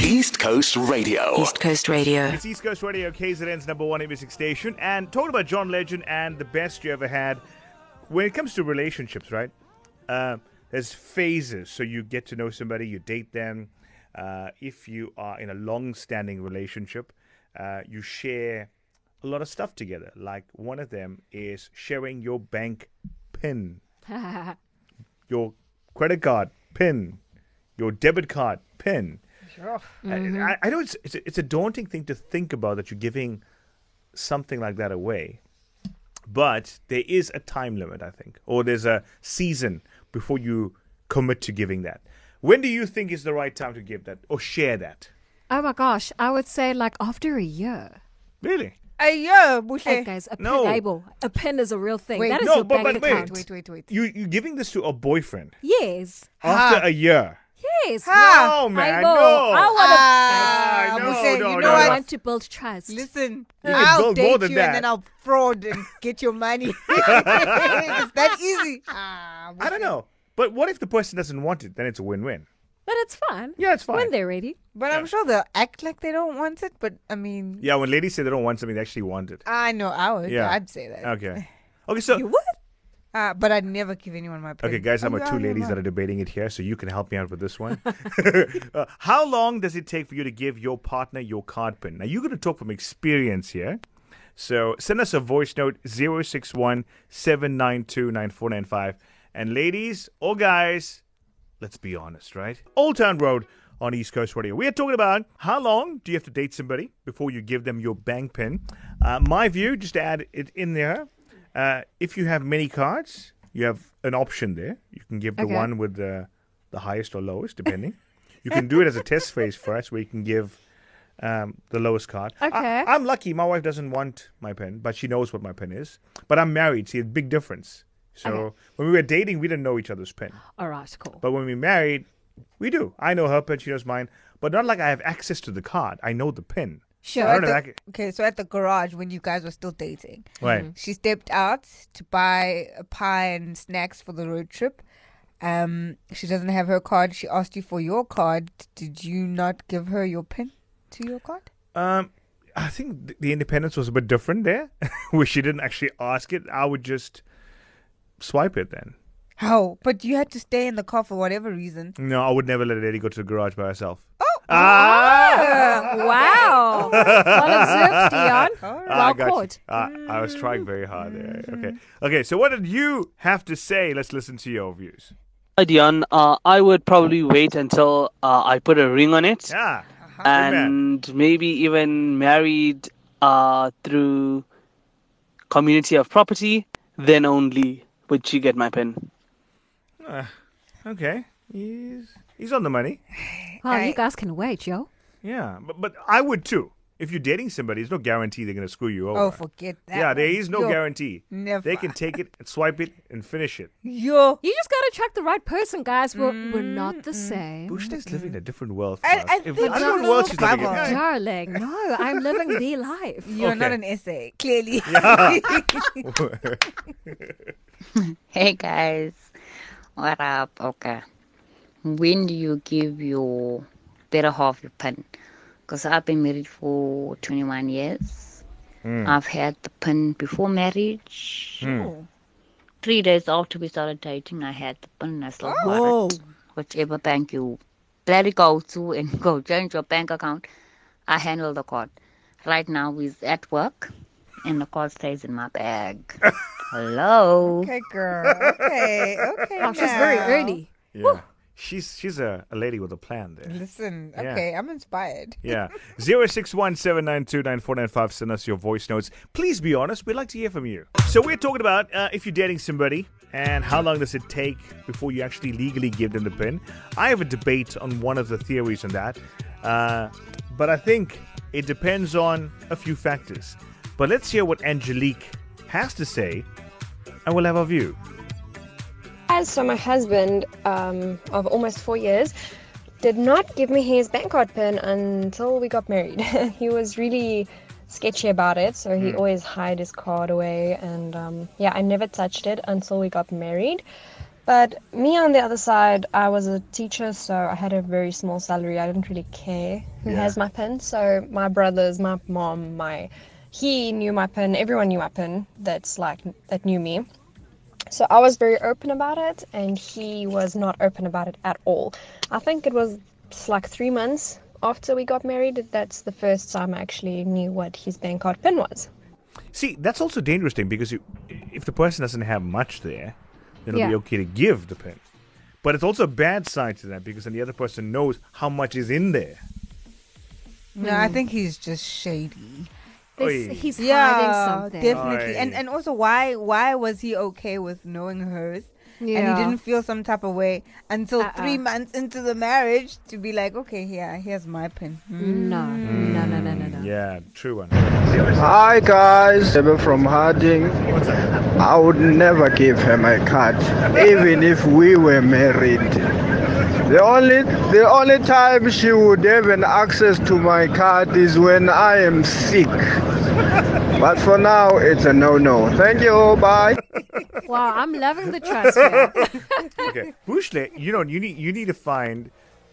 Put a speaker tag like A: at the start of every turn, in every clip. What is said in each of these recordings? A: East Coast Radio.
B: East Coast Radio.
C: It's East Coast Radio, KZN's number one music station. And talking about John Legend and the best you ever had, when it comes to relationships, right? Uh, there's phases. So you get to know somebody, you date them. Uh, if you are in a long standing relationship, uh, you share a lot of stuff together. Like one of them is sharing your bank PIN, your credit card PIN, your debit card PIN. And
D: Mm-hmm.
C: I, I know it's, it's a- it's a daunting thing to think about that you're giving something like that away, but there is a time limit, I think, or there's a season before you commit to giving that. When do you think is the right time to give that or share that?
E: Oh my gosh, I would say like after a year.
C: Really?
D: Hey, yo, Bushy.
E: Hey guys, a pin
C: No.
E: label, a pin is a real thing.
D: Wait,
E: that is
C: no,
E: your
C: but-
E: bank
C: but wait.
E: account.
D: Wait, wait, wait.
C: You you giving this to a boyfriend
E: Yes,
D: Ah.
C: after a year?
E: yes.
D: Ha!
C: No, man,
E: I
C: no.
E: will. I want to.
D: Ah,
C: Guys. No,
D: Bushy,
C: no,
D: you
C: no,
D: know
C: no.
E: I
D: what?
E: want to build trust.
D: Listen,
C: You can
D: I'll
C: build more
D: date
C: than
D: you
C: that.
D: and then I'll fraud and get your money. it's that easy. Ah,
C: I don't know. But what if the person doesn't want it? Then it's a win-win.
E: But it's fine.
C: Yeah, it's fine.
E: When they're ready.
D: But I'm sure they'll act like they don't want it. But I mean,
C: Yeah, when ladies say they don't want something, they actually want it.
D: I know I would.
C: Yeah.
D: I'd say that.
C: Okay. Okay, so
E: You would?
D: Uh, but I'd never give anyone my pin.
C: Okay, guys, I'm
D: Oh,
C: with
D: yeah,
C: two
D: I
C: ladies
D: know.
C: that are debating it here, so you can help me out with this one. Uh, how long does it take for you to give your partner your card pin? Now, you're going to talk from experience here. So send us a voice note 061 792 9495. And ladies or guys, let's be honest, right? Old Town Road on East Coast Radio. We are talking about how long do you have to date somebody before you give them your bank pin. Uh, my view, just to add it in there, uh, if you have many cards, you have an option there. You can give the
E: Okay.
C: one with the, the highest or lowest, depending. you can do it as a test phase first, where you can give um, the lowest card.
E: Okay.
C: I, am lucky. My wife doesn't want my pen, but she knows what my pen is. But I'm married. See, a big difference. So
E: Okay.
C: when we were dating, we didn't know each other's pen.
E: All right, cool.
C: But when we married, we do. I know her pen, she knows mine. But not like I have access to the card. I know the pin.
D: Sure.
C: I don't
D: at
C: know,
D: the-
C: like-
D: okay, so at the garage when you guys were still dating,
C: Right.
D: Mm. she stepped out to buy a pie and snacks for the road trip. Um, she doesn't have her card. She asked you for your card. Did you not give her your pin to your card?
C: Um, I think th- the independence was a bit different there, where she didn't actually ask it. I would just swipe it then.
D: How? Oh, But you had to stay in the car for whatever reason.
C: No, I would never let a lady go to the garage by herself. Ah,
D: Oh,
E: wow. well observed, Dion.
D: All
C: Ah,
D: right.
C: I
E: Well
C: got you.
E: caught.
C: Ah, I was trying very hard there.
D: Mm-hmm.
C: Okay. Okay. So, what did you have to say? Let's listen to your views.
F: Hi, Dion. Uh, I would probably wait until uh, I put a ring on it
C: Yeah.
F: and maybe even married uh, through community of property. Then only would she get my pin.
C: Okay. He's he's on the money.
E: Well, you
D: Alright.
E: guys can wait, yo.
C: Yeah. But but I would too. If you're dating somebody, there's no guarantee they're gonna screw you over.
D: oh, forget that.
C: yeah, there
D: one.
C: is no
D: Yo,
C: guarantee. They
D: never.
C: can take it and swipe it and finish it.
D: Yo,
E: You just gotta attract the right person, guys. We're, we're not the same.
C: Bushna's living in a different world. for
D: I-
C: us.
D: I
C: If-
D: think
C: Mm-hmm. I
D: you're
C: don't
D: in
C: know what
D: a
C: world
D: little
C: she's living in.
D: bubble.
C: Yeah.
E: Darling, no, I'm living the life.
D: you're not
C: Okay.
D: an essay, clearly.
G: Hey guys, what up? Okay, when do you give your better half your pin? Because I've been married for 21 years. I've had the pin before marriage. Three days after we started dating, I had the pin. I still got it. Whichever bank you bloody go to and go change your bank account, I handle the card. Right now, he's at work, and the card stays in my bag. Hello.
D: Okay, girl. Okay, okay.
E: Oh, she's very
D: now.
E: early.
C: Yeah. She's she's a, a lady with a plan there.
D: Listen,
C: Yeah.
D: okay, I'm inspired.
C: Yeah. 0617929495. Send us your voice notes. Please be honest. We'd like to hear from you. So we're talking about uh, if you're dating somebody and how long does it take before you actually legally give them the pin. I have a debate on one of the theories on that. Uh, but I think it depends on a few factors. But let's hear what Angelique has to say and we'll have our view.
H: As so, my husband um, of almost four years did not give me his bank card pin until we got married. he was really sketchy about it, so he always hid his card away. And um, yeah, I never touched it until we got married. But me on the other side, I was a teacher, so I had a very small salary. I didn't really care who
C: Yeah.
H: has my pin. So my brothers, my mom, my he knew my pin. Everyone knew my pin. That's like that knew me. So I was very open about it, and he was not open about it at all. I think it was just like three months after we got married. That's the first time I actually knew what his bank card pin was.
C: See, that's also a dangerous thing because you, if the person doesn't have much there, then it'll be
E: Yeah.
C: okay to give the pin. But it's also a bad side to that because then the other person knows how much is in there.
D: No, I
E: Hmm.
D: think he's just shady.
E: This,
C: Oi.
E: he's
D: yeah,
E: hiding something.
D: definitely. And
C: Aye.
D: and also, why why was he okay with knowing hers? And
E: Yeah.
D: he didn't feel some type of way until
E: Uh-uh.
D: three months into the marriage to be like, okay, yeah, here's my pin. Hmm.
E: No, no, no, no, no, no.
C: Mm. Yeah, true one.
B: Hi guys, I'm from Harding.
C: What's up?
B: I would never give her my card, even if we were married. The only the only time she would have an access to my card is when I am sick. But for now, it's a no-no. Thank you. Bye.
E: Wow, I'm loving the trust. man.
C: Okay, Bushle, you know you need you need to find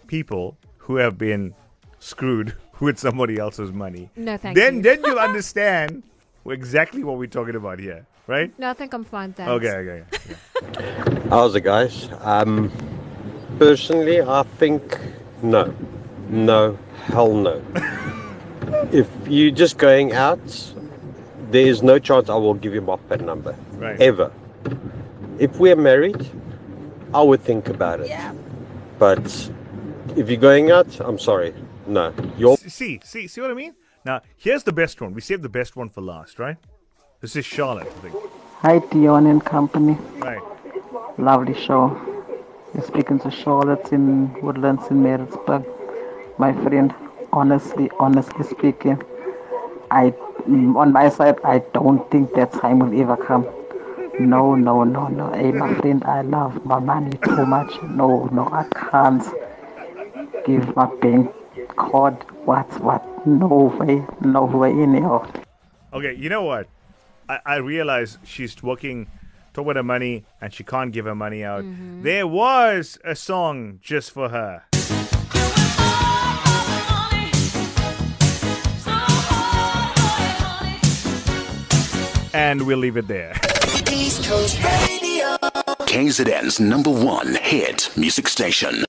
C: people who have been screwed with somebody else's money.
E: No, thank
C: then
E: you.
C: then you'll understand exactly what we're talking about here, right?
E: no, I think I'm fine. Thanks.
C: Okay, okay. okay.
I: How's it, guys? Um, personally, I think no, no, hell no. if you're just going out, there is no chance I will give you my pen number
C: Right.
I: ever. If we're married, I would think about it. But if you're going out, I'm sorry, no. Your
C: S- See, see, see what I mean? Now, here's the best one. We saved the best one for last, right? This is Charlotte, I think.
J: Hi, Dion and company.
C: Right.
J: Lovely show. You're speaking to Charlotte in Woodlands in Maritzburg. My friend, honestly, honestly speaking, I, mm, on my side, I don't think that time will ever come. No, no, no, no. Hey, my friend, I love my money too much. No, no, I can't give my bank card. What, what? No way, no way, anyhow.
C: Okay, you know what? I, I realize she's working toward her money and she can't give her money out. There was a song just for her. And we'll leave it there.
A: KZN's number one hit music station.